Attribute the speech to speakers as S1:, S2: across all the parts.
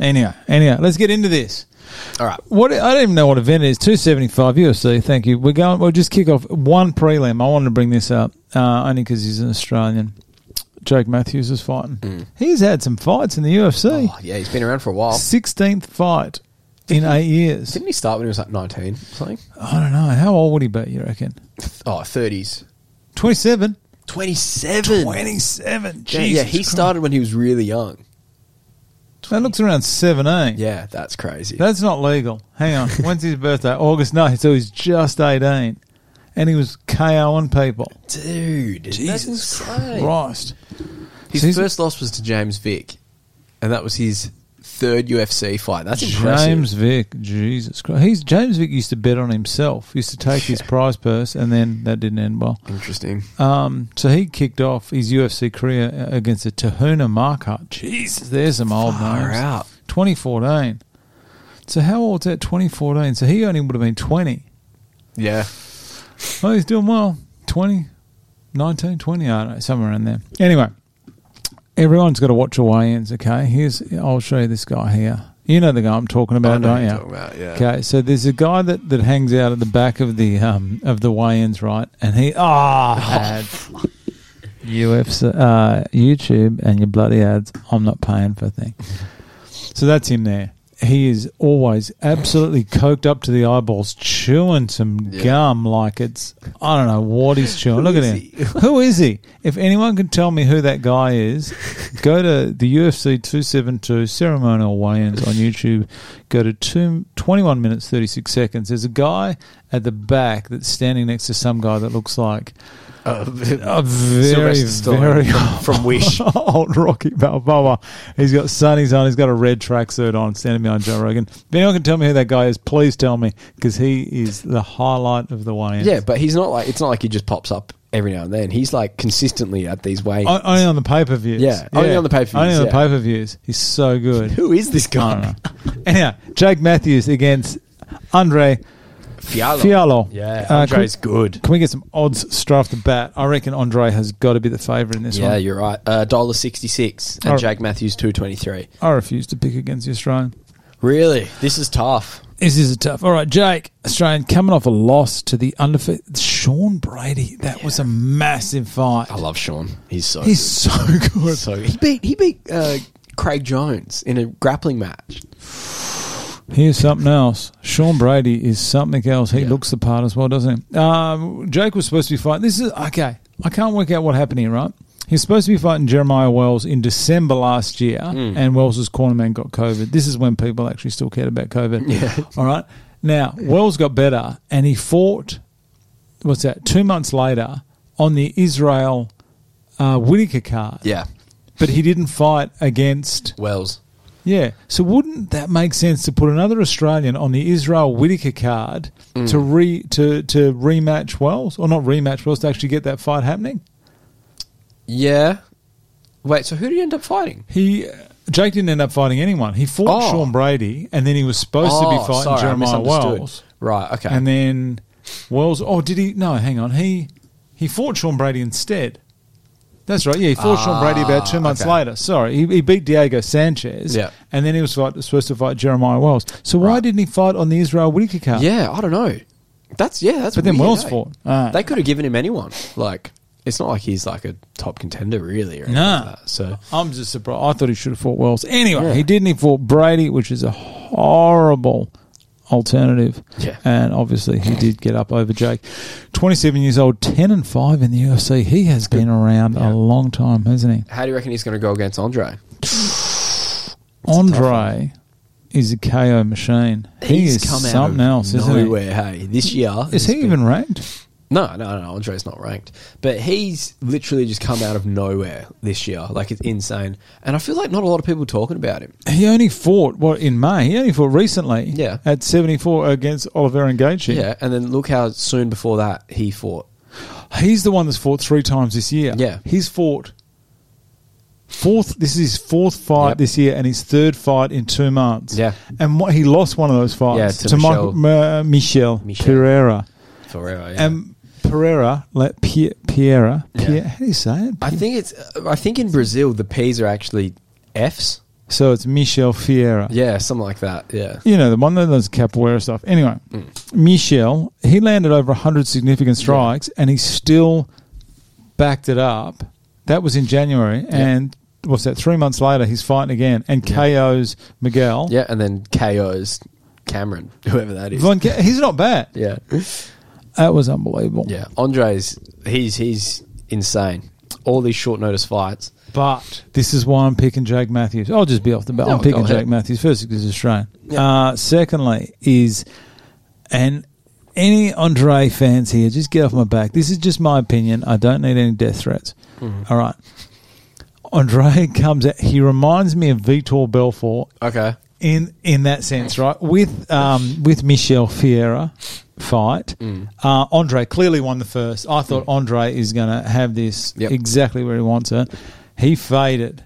S1: Anyhow, anyhow, let's get into this.
S2: All right.
S1: What I don't even know what event it is. Two seventy five UFC. Thank you. We're going. We'll just kick off one prelim. I wanted to bring this up uh, only because he's an Australian. Jake Matthews is fighting. He's had some fights in the UFC.
S2: Mm. Oh, yeah, he's been around for a while.
S1: Sixteenth fight in eight years.
S2: Didn't he start when he was like 19 something?
S1: I don't know how old would he be. You reckon?
S2: Oh, 30s.
S1: Twenty seven.
S2: 27.
S1: Twenty seven.
S2: Yeah, yeah, he started when he was really young.
S1: That looks around seventeen.
S2: Yeah, that's crazy.
S1: That's not legal. Hang on. When's his birthday? August 9th. So he's just 18. And he was KOing people.
S2: Dude, Jesus
S1: Christ.
S2: His
S1: So he's-
S2: first loss was to James Vick, and that was his third UFC fight. That's impressive.
S1: James Vick. Jesus Christ. He's, James Vick used to bet on himself, used to take his prize purse, and then that didn't end well.
S2: Interesting.
S1: Um, so he kicked off his UFC career uh, against a Tahuna Markhart. Jesus, there's some old
S2: Far
S1: names.
S2: out.
S1: 2014. So how old's that? 2014. So he only would have been 20.
S2: Yeah.
S1: Well, he's doing well. 20, 19, 20, I don't know, somewhere in there. Anyway, everyone's got to watch your weigh-ins, okay? Here's, I'll show you this guy here. You know the guy I'm talking about,
S2: I know
S1: don't
S2: who
S1: you?
S2: you're talking about, yeah.
S1: Okay, so there's a guy that, that hangs out at the back of the um of the weigh-ins, right? And he ah had UFC, uh, YouTube, and your bloody ads. I'm not paying for a thing. So that's him there. He is always absolutely coked up to the eyeballs, chewing some
S2: Yeah.
S1: gum like it's I don't know what he's chewing. Look at
S2: is
S1: him. who is he? If anyone can tell me who that guy is, go to the UFC 272 ceremonial weigh-ins on YouTube. Go to two, 21 minutes 36 seconds. There's a guy at the back that's standing next to some guy that looks like a very,
S2: Sylvester Stallone
S1: very Oh,
S2: from- from Wish.
S1: old Rocky Balboa. He's got sunnies on. He's got a red tracksuit on, standing behind Joe Rogan. If anyone can tell me who that guy is, please tell me because he is the highlight of the weigh-in.
S2: Yeah, but he's not like it's not like he just pops up every now and then. He's like consistently at these ways.
S1: only on the pay per views.
S2: Yeah, only on the pay-per-views,
S1: Only on the
S2: yeah.
S1: pay per views. He's so good.
S2: Who is this
S1: I
S2: guy?
S1: don't know. Anyhow, Jake Matthews against Andre
S2: Fialo.
S1: Fialo.
S2: Yeah,
S1: Uh,
S2: Andre's
S1: can,
S2: good.
S1: Can we get some odds straight off the bat? I reckon Andre has got to be the favourite in this
S2: Yeah,
S1: one.
S2: you're right. Uh, Dollar sixty six and
S1: Alright.
S2: Jake Matthews two twenty three.
S1: I refuse to pick against the Australian.
S2: Really, this is tough.
S1: This is a tough. All right, Jake, Australian coming off a loss to the undefeated Sean Brady. That was a massive fight.
S2: I love Sean. He's so
S1: He's so
S2: good.
S1: good.
S2: so he beat he beat uh, Craig Jones in a grappling match.
S1: Here's something else. Sean Brady is something else. He
S2: Yeah.
S1: looks the part as well, doesn't he? Um, Jake was supposed to be fighting. This is okay. I can't work out what happened here, right? He's supposed to be fighting Jeremiah Wells in December last year,
S2: Mm.
S1: and Wells's corner man got COVID. This is when people actually still cared about COVID. Yeah. All right. Now Wells got better, and he fought. What's that? Two months later on the Israel uh, Whitaker card.
S2: Yeah,
S1: But he didn't fight against
S2: Wells.
S1: yeah. So wouldn't that make sense to put another Australian on the Israel Whitaker card to re to to rematch Wells or not rematch Wells to actually get that fight happening?
S2: Yeah. Wait, so who did he end up fighting?
S1: He Jake didn't end up fighting anyone. He fought
S2: Oh.
S1: Sean Brady, and then he was supposed to be fighting
S2: sorry, I
S1: Jeremiah
S2: misunderstood.
S1: Wells,
S2: Right. Okay.
S1: and then Wells. Oh, did he? No, hang on. He he fought Sean Brady instead. That's right. Yeah, he fought Sean Brady about two months
S2: Ah, okay.
S1: later. Sorry, he, he beat Diego Sanchez.
S2: Yeah.
S1: and then he was fight, supposed to fight Jeremiah Wells. So why
S2: Right.
S1: didn't he fight on the Israel Whitaker card?
S2: yeah, I don't know. That's yeah. That's
S1: But then
S2: weird,
S1: Wells
S2: eh?
S1: fought. Ah.
S2: They could have given him anyone. Like it's not like he's like a top contender really. Or anything
S1: Nah.
S2: like that. So
S1: I'm just surprised. I thought he should have fought Wells. Anyway, he didn't. He fought Brady, which is a horrible alternative.
S2: Yeah.
S1: And obviously, he did get up over Jake. 27 years old, 10 and 5 in the UFC. He has been around a long time, hasn't he?
S2: how do you reckon he's going to go against Andre?
S1: Andre is a KO machine. he is something else, isn't he?
S2: nowhere. Hey, this year
S1: Is
S2: it's
S1: he
S2: been-
S1: even ranked?
S2: No, no, no. Andre's not ranked, but he's literally just come out of nowhere this year. Like it's insane, and I feel like not a lot of people talking about him.
S1: He only fought what in May. He only fought recently.
S2: Yeah.
S1: at seventy four against Oliveira and Gaethje.
S2: Yeah, and then look how soon before that he fought.
S1: He's the one that's fought three times this year.
S2: Yeah.
S1: He's fought fourth this is his fourth fight
S2: Yep.
S1: this year and his third fight in two months.
S2: Yeah.
S1: And what he lost one of those fights
S2: Yeah, to
S1: Michael- Ma- Michel,
S2: Michel.
S1: Pereira.
S2: Forever.
S1: And Pereira let Pie- Piera Pie- how do you say it?
S2: I think it's. I think in Brazil the P's are actually F's.
S1: So it's Michelle Fiera.
S2: Yeah, something like that. Yeah.
S1: You know, the one that does capoeira stuff. Anyway,
S2: Mm.
S1: Michelle, he landed over 100 significant strikes and he still backed it up. That was in January. And what's that? Three months later, he's fighting again and KOs Miguel.
S2: Yeah, and then KO's Cameron, whoever that is.
S1: Von Ca- he's not bad.
S2: yeah.
S1: That was unbelievable.
S2: Yeah. Andre's he's he's insane. All these short notice fights.
S1: But this is why I'm picking Jake Matthews. I'll just be off the bat.
S2: No,
S1: I'm picking
S2: go ahead.
S1: Jake Matthews. First, because he's Australian.
S2: Yeah.
S1: Uh, secondly, is and any Andre fans here, just get off my back. This is just my opinion. I don't need any death threats.
S2: Mm-hmm.
S1: All right. Andre comes out. He reminds me of Vitor Belfort
S2: Okay.
S1: in in that sense, right? With um, with Michelle Fiera fight,
S2: Mm.
S1: uh, Andre clearly won the first. I thought Andre is going to have this
S2: Yep.
S1: exactly where he wants it. He faded,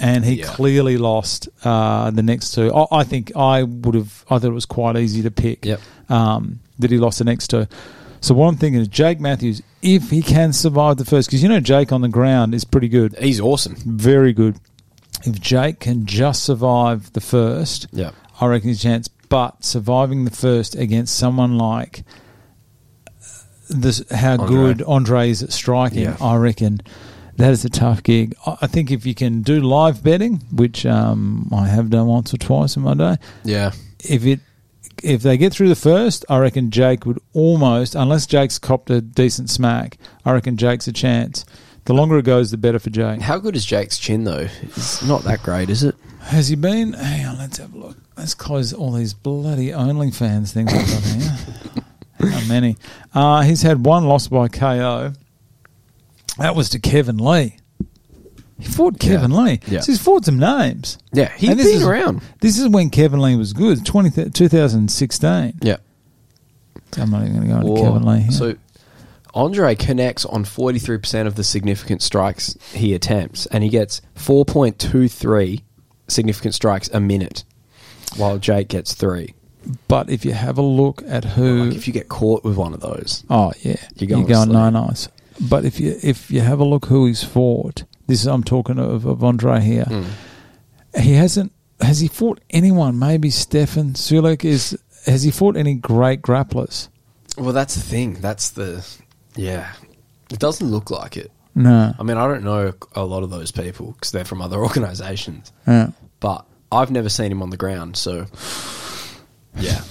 S1: and he
S2: Yeah.
S1: clearly lost uh, the next two. I, I think I would have. I thought it was quite easy to pick
S2: Yep.
S1: um, that he lost the next two. So what I'm thinking is Jake Matthews, if he can survive the first, because you know Jake on the ground is pretty good,
S2: He's awesome.
S1: very good. If Jake can just survive the first,
S2: Yeah.
S1: I reckon his chance. But surviving the first against someone like this, how
S2: Andre.
S1: good Andre is at striking,
S2: Yeah.
S1: I reckon that is a tough gig. I I think if you can do live betting, which um, I have done once or twice in my day,
S2: Yeah.
S1: if it if they get through the first, I reckon Jake would almost, unless Jake's copped a decent smack, I reckon Jake's a chance. The longer it goes, the better for Jake.
S2: How good is Jake's chin though? It's not that great, is it?
S1: Has he been? Hang on, let's have a look. Let's close all these bloody OnlyFans things I've got here. How many? Uh, he's had one loss by KO. That was to Kevin Lee. He fought Kevin Lee.
S2: Yeah.
S1: So he's fought some names.
S2: Yeah, he's
S1: And this
S2: been
S1: is-
S2: around.
S1: This is when Kevin Lee was good, 20, 2016.
S2: Yeah.
S1: I'm not even going to go into
S2: Or-
S1: Kevin Lee here.
S2: So Andre connects on 43% of the significant strikes he attempts, and he gets 4.23 significant strikes a minute, while Jake gets three.
S1: but if you have a look at who.
S2: Like if you get caught with one of those,
S1: Oh yeah, you're
S2: You're going
S1: going, you
S2: slow.
S1: nine eyes. But if you if you have a look who he's fought, this is I'm talking of, of Andre here. He hasn't has he fought anyone? Maybe Stefan Sulek is has he fought any great grapplers?
S2: well, that's the thing. That's the yeah. It doesn't look like it.
S1: No,
S2: I mean, I don't know a lot of those people because they're from other organisations,
S1: Yeah.
S2: but I've never seen him on the ground. So yeah,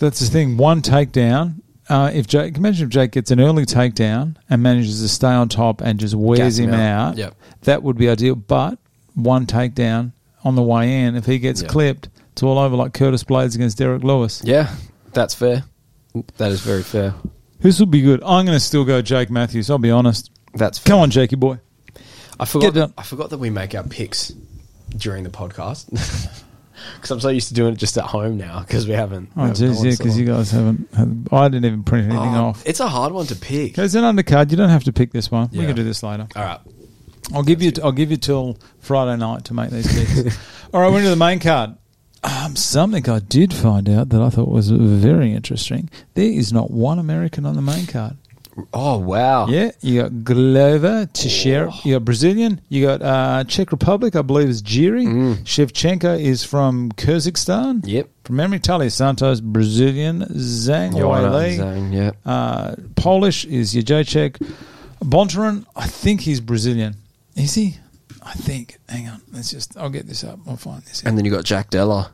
S1: that's the thing. One takedown. Uh, if Jake, imagine if Jake gets an early takedown and manages to stay on top and just wears
S2: Gas him
S1: him
S2: out.
S1: out,
S2: Yep.
S1: that would be ideal. But one takedown on the way in, if he gets
S2: Yep.
S1: clipped, it's all over like Curtis Blades against Derek Lewis.
S2: yeah, that's fair. That is very fair.
S1: This will be good. I'm going to still go Jake Matthews. I'll be honest.
S2: That's fair.
S1: Come on, Jakey boy.
S2: I
S1: Get
S2: forgot.
S1: it.
S2: I forgot that we make our picks during the podcast because I'm so used to doing it just at home now because we haven't.
S1: Oh, jeez, yeah, because you guys haven't. Had, I didn't even print anything off.
S2: Oh, It's a hard one to pick.
S1: Okay, it's an undercard. You don't have to pick this one.
S2: Yeah.
S1: We can do this later.
S2: All right.
S1: I'll give you. I'll give you till Friday night to make these picks. All right, we're into the main card. Um, something I did find out that I thought was very interesting. There is not one American on the main card.
S2: Oh wow.
S1: Yeah, you got Glover, Teixeira. You got Brazilian. You got uh, Czech Republic, I believe, is Jiri. Shevchenko is from Kazakhstan.
S2: Yep.
S1: From memory, Talia Santos, Brazilian. Zhang
S2: Joanna
S1: Weili.
S2: Zhang, yeah.
S1: Uh, Polish is Jacek. Bontaran, I think he's Brazilian. Is he? I think. Hang on. Let's just, I'll get this up. I'll find this out.
S2: And then you got Jack Della.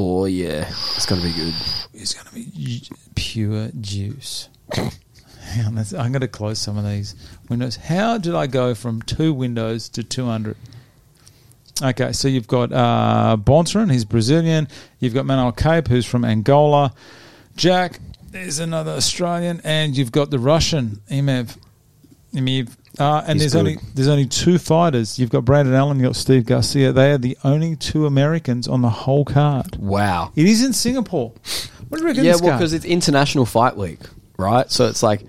S2: Oh yeah, it's gonna be good.
S1: It's going to be ju- pure juice. Hang on, let's- I'm going to close some of these windows. How did I go from two windows to 200? Okay, so you've got uh, Bontaran, he's Brazilian. You've got Manuel Cape, who's from Angola. Jack, there's another Australian, and you've got the Russian Imev. Imev. Uh, and there's
S2: He's good.
S1: only there's only two fighters. You've got Brandon Allen, you've got Steve Garcia. They are the only two Americans on the whole card.
S2: Wow.
S1: It is in Singapore. What do you reckon?
S2: Yeah,
S1: this
S2: well,
S1: guy-
S2: because it's International Fight Week, right? So it's like,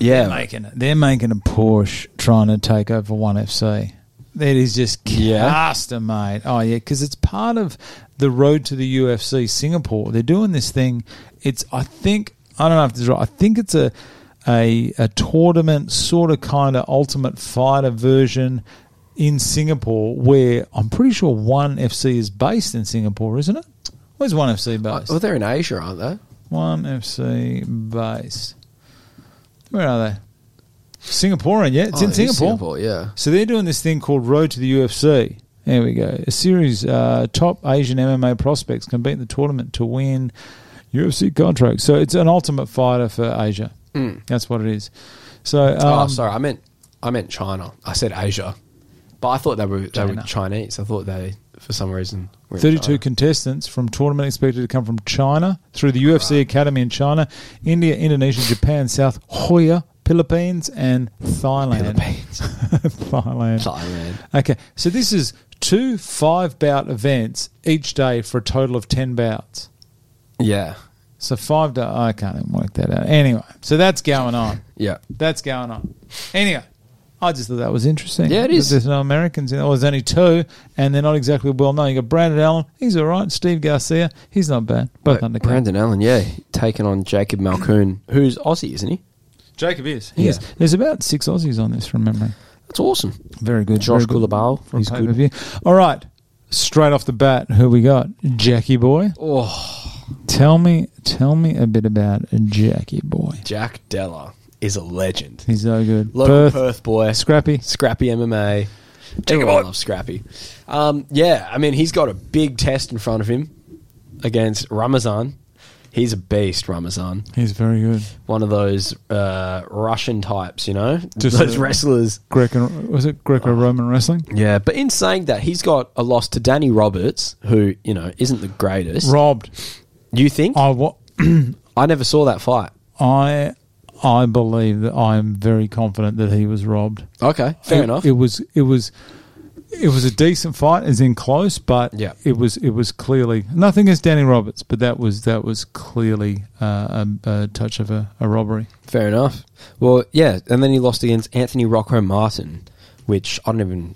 S2: yeah,
S1: they're making it. They're making a Porsche trying to take over One FC. That is just
S2: Yeah.
S1: caster, mate. Oh yeah, because it's part of the road to the UFC Singapore. They're doing this thing. It's I think I don't know if this is right. I think it's a a a tournament sort of kind of ultimate fighter version. in Singapore where I'm pretty sure One FC is based in Singapore, isn't it? Where's One FC based?
S2: Well, Oh, they're in Asia, aren't they?
S1: One FC based. Where are they? Singaporean, yeah, it's
S2: Oh,
S1: in
S2: it is
S1: Singapore.
S2: yeah.
S1: So they're doing this thing called Road to the UFC. There we go. A series uh, top Asian MMA prospects compete in the tournament to win UFC contracts. So it's an ultimate fighter for Asia.
S2: Mm.
S1: That's what it is. So um,
S2: oh, sorry, I meant I meant China. I said Asia, but I thought they were they were
S1: China.
S2: Chinese. I thought they for some reason were in
S1: 32
S2: China.
S1: contestants from tournament expected to come from China through the UFC Academy in China, India, Indonesia, Japan, South Hoya, Philippines, and Thailand.
S2: Philippines,
S1: Thailand.
S2: Thailand.
S1: Okay, so this is two five bout events each day for a total of 10 bouts.
S2: Yeah,
S1: So five to oh, I can't even work that out. Anyway, so that's going on.
S2: yeah.
S1: That's going on. Anyway, I just thought that was interesting.
S2: Yeah, it
S1: That
S2: is.
S1: There's no Americans. In, oh, there's only two, and they're not exactly well known. You got Brandon Allen. He's all right. Steve Garcia. He's not bad. Both
S2: But
S1: undercover.
S2: Brandon Allen, yeah, taking on Jacob Malcoon, who's Aussie, isn't he?
S1: Jacob is. He is.
S2: Yeah.
S1: There's about six Aussies on this from memory.
S2: That's awesome.
S1: Very good. very
S2: Josh
S1: good
S2: Kulabau,
S1: for a
S2: he's good.
S1: pay-per-view. All right. Straight off the bat, who we got? Jackie Boy.
S2: Oh,
S1: Tell me, tell me a bit about Jackie Boy.
S2: Jack Della is a legend.
S1: He's so good.
S2: Local
S1: Perth,
S2: Perth, boy,
S1: Scrappy.
S2: Scrappy MMA.
S1: boy.
S2: Everyone loves Scrappy. Um, yeah, I mean, he's got a big test in front of him against Ramazan. He's a beast, Ramazan.
S1: He's very good.
S2: One of those uh, Russian types, you know,
S1: Just
S2: those
S1: a-
S2: wrestlers.
S1: Greco was it Greco Roman wrestling?
S2: Yeah, but in saying that, he's got a loss to Danny Roberts, who you know isn't the greatest.
S1: Robbed.
S2: You think?
S1: I wa-
S2: I never saw that fight.
S1: I I believe that I am very confident that he was robbed.
S2: Okay, fair
S1: It-
S2: enough.
S1: It was it was it was a decent fight, as in close, but
S2: Yeah.
S1: it was it was clearly nothing against Danny Roberts, but that was that was clearly uh, a, a touch of a, a robbery.
S2: Fair enough. Well, yeah, and then he lost against Anthony Rocco Martin, which I don't even.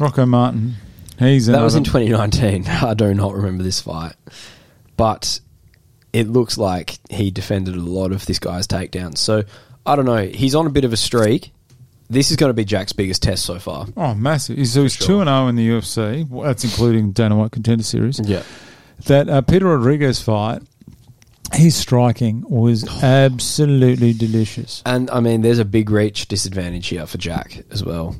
S1: Rocco Martin, he's
S2: That was in
S1: another-
S2: 2019. I do not remember this fight, but it looks like he defended a lot of this guy's takedowns. So I don't know. He's on a bit of a streak. This is going to be Jack's biggest test so far.
S1: oh massive. He's- So he's
S2: sure.
S1: two and zero in the UFC. Well, That's including Dana White Contender Series.
S2: Yeah.
S1: that uh, Peter Rodriguez fight, his striking was absolutely delicious.
S2: And I mean, there's a big reach disadvantage here for Jack as well.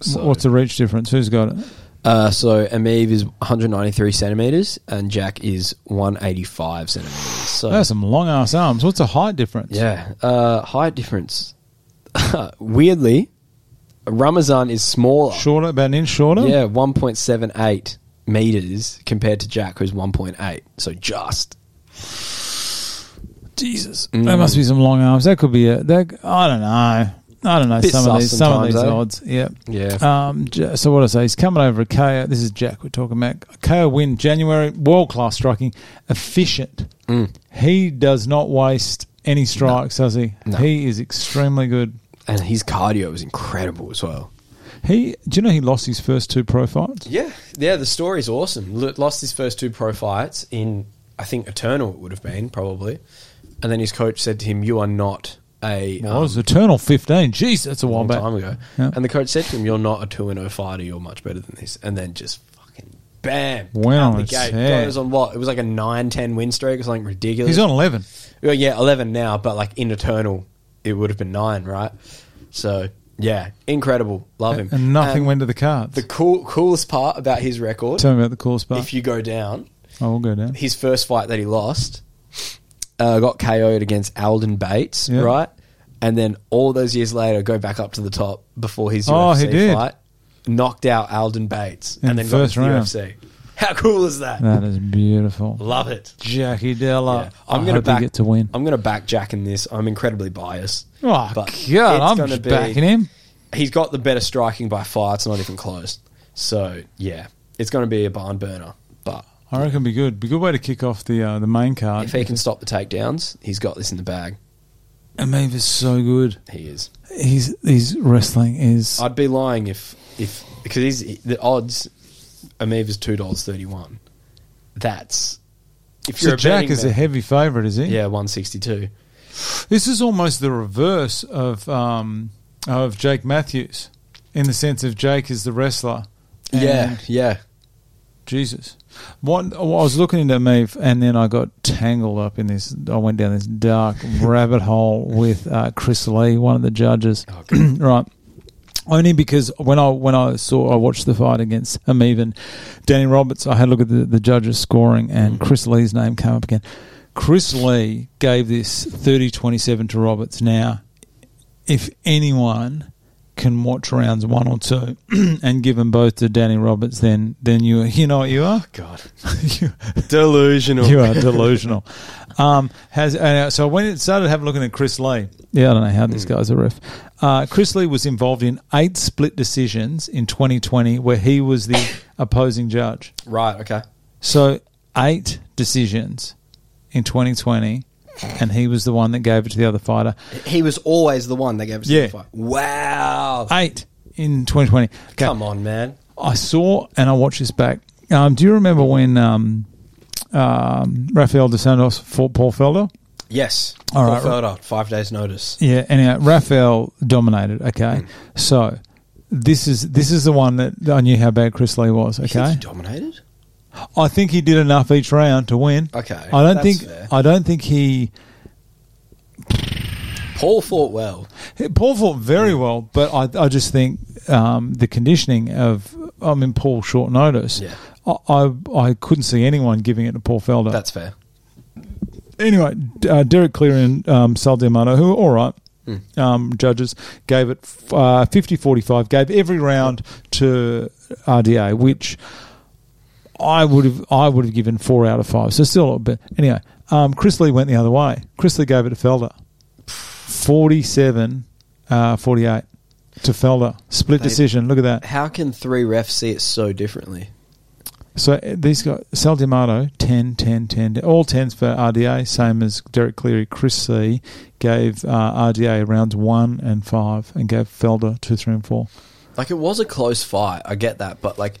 S2: So,
S1: What's the reach difference? Who's got it?
S2: uh, so Ameev is 193 centimeters, and Jack is 185 centimeters. So
S1: That's some long ass arms. What's the height difference?
S2: yeah, uh, height difference. Weirdly, Ramazan is smaller.
S1: Shorter, about an inch shorter?
S2: Yeah, 1.78 meters compared to Jack, who's 1.8. So just
S1: Jesus.
S2: Mm.
S1: That must be some long arms. That could be a, that, I don't know. I don't know
S2: Bit
S1: some of
S2: sus
S1: these some of
S2: sometimes,
S1: these
S2: eh?
S1: odds. Yeah.
S2: yeah.
S1: Um, J- so what I say, he's coming over a KO. This is Jack we're talking about. A KO win January, world class striking, efficient.
S2: Mm.
S1: He does not waste any strikes, does he?
S2: No.
S1: He is extremely good.
S2: And his cardio is incredible as well.
S1: He, do you know he lost his first two pro fights?
S2: Yeah, yeah, the story's awesome. L- lost his first two pro fights in, I think, Eternal it would have been, probably. And then his coach said to him, You are not a.
S1: Well, it was Eternal 15. Jeez, that's a
S2: a
S1: while
S2: long
S1: back.
S2: time ago.
S1: Yeah.
S2: And the coach said to him, You're not a 2 0 fighter, you're much better than this. And then just fucking bam.
S1: Went
S2: out
S1: on
S2: the
S1: its
S2: gate.
S1: head.
S2: Goes on what? It was like a 9 10 win streak or something ridiculous.
S1: He's on 11.
S2: Well, yeah, 11 now, but like in Eternal, it would have been 9, right? So, yeah, incredible. Love him.
S1: And nothing
S2: And
S1: went to the cards.
S2: The cool, coolest part about his record,
S1: Tell me about the course part.
S2: if you go down,
S1: I will go down.
S2: his first fight that he lost, uh, got KO'd against Alden Bates,
S1: Yeah.
S2: right? And then all those years later, go back up to the top before his
S1: Oh,
S2: UFC
S1: he did.
S2: fight, knocked out Alden Bates,
S1: In
S2: and then
S1: first
S2: got into
S1: round.
S2: the UFC. How cool is that?
S1: That is beautiful.
S2: Love it.
S1: Jackie Della.
S2: Yeah.
S1: I'm going
S2: Uh, gonna
S1: to get to win.
S2: I'm going to back Jack in this. I'm incredibly biased.
S1: oh,
S2: but
S1: God,
S2: it's
S1: I'm
S2: gonna
S1: just
S2: be-
S1: backing him.
S2: He's got the better striking by far. It's not even close. So yeah, it's going to be a barn burner. But
S1: I reckon it'd be good. Be a good way to kick off the uh, the main card.
S2: if he can stop the takedowns, he's got this in the bag.
S1: Ameev is so good.
S2: He is.
S1: He's, he's wrestling is.
S2: I'd be lying if if because he's the odds. Ameev is two dollars thirty one. That's if you're
S1: so
S2: a
S1: Jack
S2: betting
S1: is
S2: man-
S1: a heavy favourite, is he?
S2: yeah one sixty two.
S1: This is almost the reverse of um, of Jake Matthews. in the sense of Jake is the wrestler.
S2: yeah,
S1: And
S2: yeah.
S1: Jesus. What I was looking into me, and then I got tangled up in this. I went down this dark rabbit hole with uh, Chris Lee, one of the judges.
S2: Oh, God.
S1: right. Only because when I when I saw I watched the fight against Ameven, Danny Roberts, I had a look at the, the judges scoring and Chris Lee's name came up again. Chris Lee gave this 30-27 to Roberts. Now, if anyone can watch rounds one or two and give them both to Danny Roberts, then then you you know what you are.
S2: God,
S1: you,
S2: delusional.
S1: you are delusional. Um, has uh, so when it started having a look at Chris Lee. Yeah, I don't know how this guy's a ref. Uh, Chris Lee was involved in eight split decisions in 2020, where he was the opposing judge.
S2: Right. Okay.
S1: So eight decisions in 2020, and he was the one that gave it to the other fighter.
S2: He was always the one that gave us
S1: Yeah.
S2: the fight. Wow.
S1: Eight in 2020. Okay.
S2: Come on, man.
S1: I saw and I watched this back. Um, do you remember when um, um, Rafael dos Santos fought Paul Felder?
S2: Yes.
S1: All
S2: Paul
S1: right.
S2: Felder, five days notice.
S1: Yeah. Anyhow, Rafael dominated.
S2: Hmm.
S1: Okay, so this is this is the one that I knew how bad Chris Lee was.
S2: You think
S1: Okay,
S2: he dominated.
S1: I think he did enough each round to win.
S2: Okay,
S1: I don't
S2: that's
S1: think
S2: fair.
S1: I don't think he.
S2: Paul fought well.
S1: Paul fought very
S2: Hmm.
S1: well, but I, I just think um, the conditioning of I mean Paul short notice.
S2: Yeah.
S1: I, I I couldn't see anyone giving it to Paul Felder.
S2: That's fair.
S1: anyway, D- uh, Derek Clear and um, Sal Diamano, who are all right um, judges, gave it f- uh, 50-45, gave every round to RDA, which I would have I would have given four out of five. So still, a little bit. anyway, um, Chris Lee went the other way. Chris Lee gave it to Felder, 47, uh, 48 to Felder, split
S2: They-
S1: decision. Look at that.
S2: How can three refs see it so differently?
S1: So uh, these guys, Sal Dimato, 10, 10, 10, all 10s for RDA, same as Derek Cleary. Chris C gave uh, RDA rounds 1 and 5 and gave Felder 2, 3, and 4.
S2: Like it was a close fight. I get that, but like,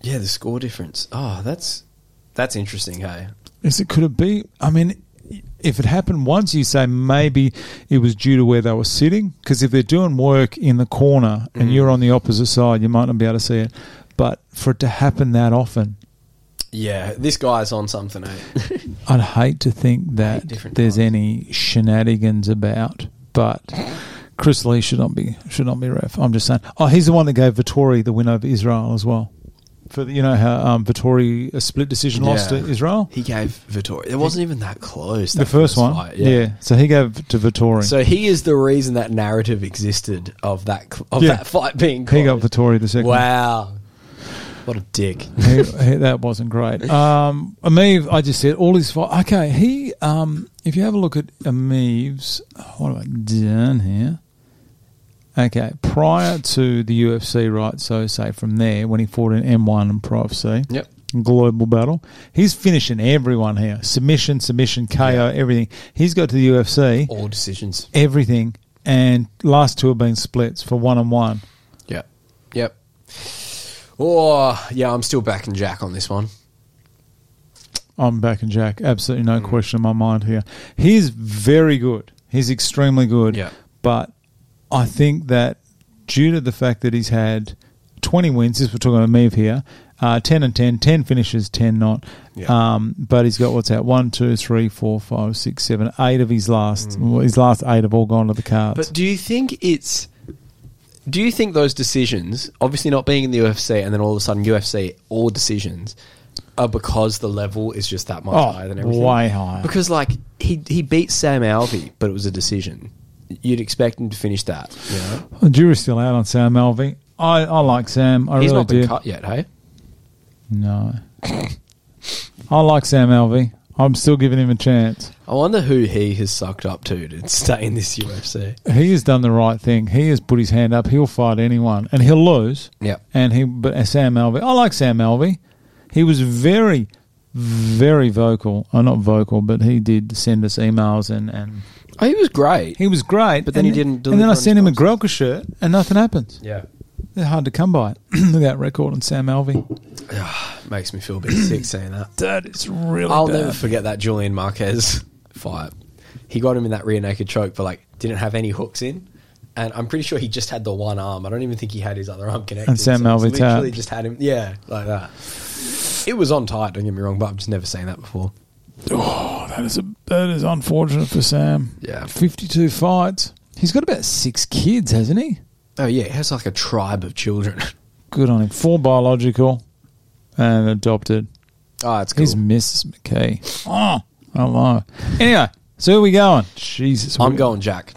S2: yeah, the score difference. Oh, that's that's interesting. Hey,
S1: Is it, could it be? I mean, if it happened once, you say maybe it was due to where they were sitting because if they're doing work in the corner and you're on the opposite side, you might not be able to see it. But for it to happen that often,
S2: yeah, this guy's on something. Hey?
S1: I'd hate to think that
S2: different
S1: there's
S2: times.
S1: any shenanigans about, but Chris Lee should not be should not be ref. I'm just saying. Oh, he's the one that gave Vittori the win over Israel as well. For the, you know how um, Vittori a split decision lost to
S2: Yeah.
S1: Israel,
S2: he gave Vittori. It wasn't even that close.
S1: the
S2: that
S1: first, one.
S2: fight,
S1: yeah. so he gave to Vittori.
S2: So he is the reason that narrative existed of that cl- of
S1: Yeah.
S2: that fight being. Close.
S1: he got Vittori the second. one.
S2: Wow, what a dick.
S1: he, he, that wasn't great. Um, Ameev, I just said all his fight. Okay, he. Um, if you have a look at Ameev's, what have I done here? Okay, prior to the UFC, right? So say from there when he fought in M1 and Pro FC,
S2: Yep.
S1: global battle, he's finishing everyone here. Submission, submission, KO, everything. He's got to the UFC,
S2: All decisions.
S1: everything, and last two have been splits for one on one.
S2: Yep. Yep. Oh, yeah, I'm still backing Jack on this one.
S1: I'm back and Jack. Absolutely
S2: Mm.
S1: no question in my mind here. He's very good. He's extremely good.
S2: Yeah.
S1: But I think that due to the fact that he's had 20 wins, this we're talking about Meev here, uh, 10 and 10, 10 finishes, 10 not.
S2: Yeah.
S1: Um, but he's got what's that? One, two, three, four, five, six, seven, eight of his last. well, his last eight have all gone to the cards.
S2: Mm. But do you think it's. Do you think those decisions, obviously not being in the UFC and then all of a sudden UFC, all decisions, are because the level is just that much
S1: Oh,
S2: higher than everything?
S1: way higher.
S2: Because, like, he, he beat Sam Alvey, but it was a decision. You'd expect him to finish that. You know?
S1: the jury's still out on Sam Alvey. I, I like Sam. I
S2: He's
S1: really
S2: not been
S1: do.
S2: cut yet, hey?
S1: No. I like Sam Alvey. I'm still giving him a chance.
S2: I wonder who he has sucked up to to stay in this UFC.
S1: he has done the right thing. He has put his hand up. He'll fight anyone, and he'll lose.
S2: Yep.
S1: And he, but uh, Sam Alvey, I like Sam Alvey. He was very, very vocal. Oh, not vocal, but he did send us emails, and and
S2: Oh, he was great.
S1: he was great.
S2: But then
S1: and
S2: he didn't
S1: And then
S2: deliver
S1: I
S2: on
S1: sent him a
S2: his
S1: Grelka shirt, and nothing happens.
S2: yeah.
S1: They're hard to come by. Look at that record on Sam Alvey.
S2: Makes me feel a bit sick saying that. uh,
S1: That is really
S2: I'll never forget that Julian Marquez fight. He got him in that rear naked choke, but like didn't have any hooks in. and I'm pretty sure he just had the one arm. I don't even think he had his other arm connected.
S1: And Sam
S2: it's
S1: Alvey
S2: literally
S1: tapped.
S2: just had him, yeah, like that. It was on tight. Don't get me wrong, but I've just never seen that before.
S1: Oh, that is a that is unfortunate for Sam.
S2: Yeah.
S1: fifty-two fights. He's got about six kids, hasn't he?
S2: Oh yeah, he has like a tribe of children.
S1: Good on him. Four biological and adopted.
S2: oh, it's cool.
S1: He's Mrs. McKee. Oh, hello. Anyway, so who are we going? Jesus,
S2: I'm
S1: we-
S2: going Jack.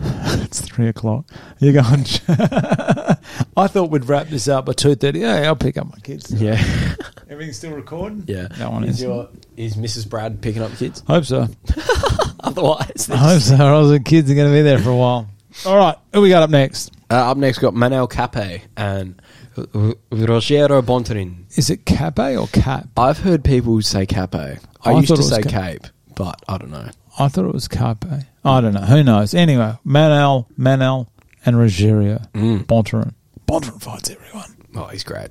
S1: It's three o'clock. You're going. I thought we'd wrap this up by two thirty. Yeah, I'll pick up my kids.
S2: Yeah,
S1: Everything's still recording.
S2: yeah.
S1: that one
S2: is
S1: is.
S2: your is Mrs. Brad picking up kids?
S1: Hope so.
S2: Otherwise,
S1: I hope so. Or else the kids are going to be there for a while. All right, who we got up next?
S2: Uh, up next, we got Manel Cape and R- R- Rogero Bontarin.
S1: Is it Cape or Cap?
S2: I've heard people say Cape. I,
S1: Oh, I
S2: used
S1: thought
S2: to
S1: it was
S2: say
S1: Ca-
S2: Cape, but I don't know.
S1: I thought it was Carpe. I don't know. Who knows? Anyway,
S2: Mm.
S1: Manel, Manel, and Rogerio. Bontarin. Bontarin fights everyone.
S2: Oh, he's great.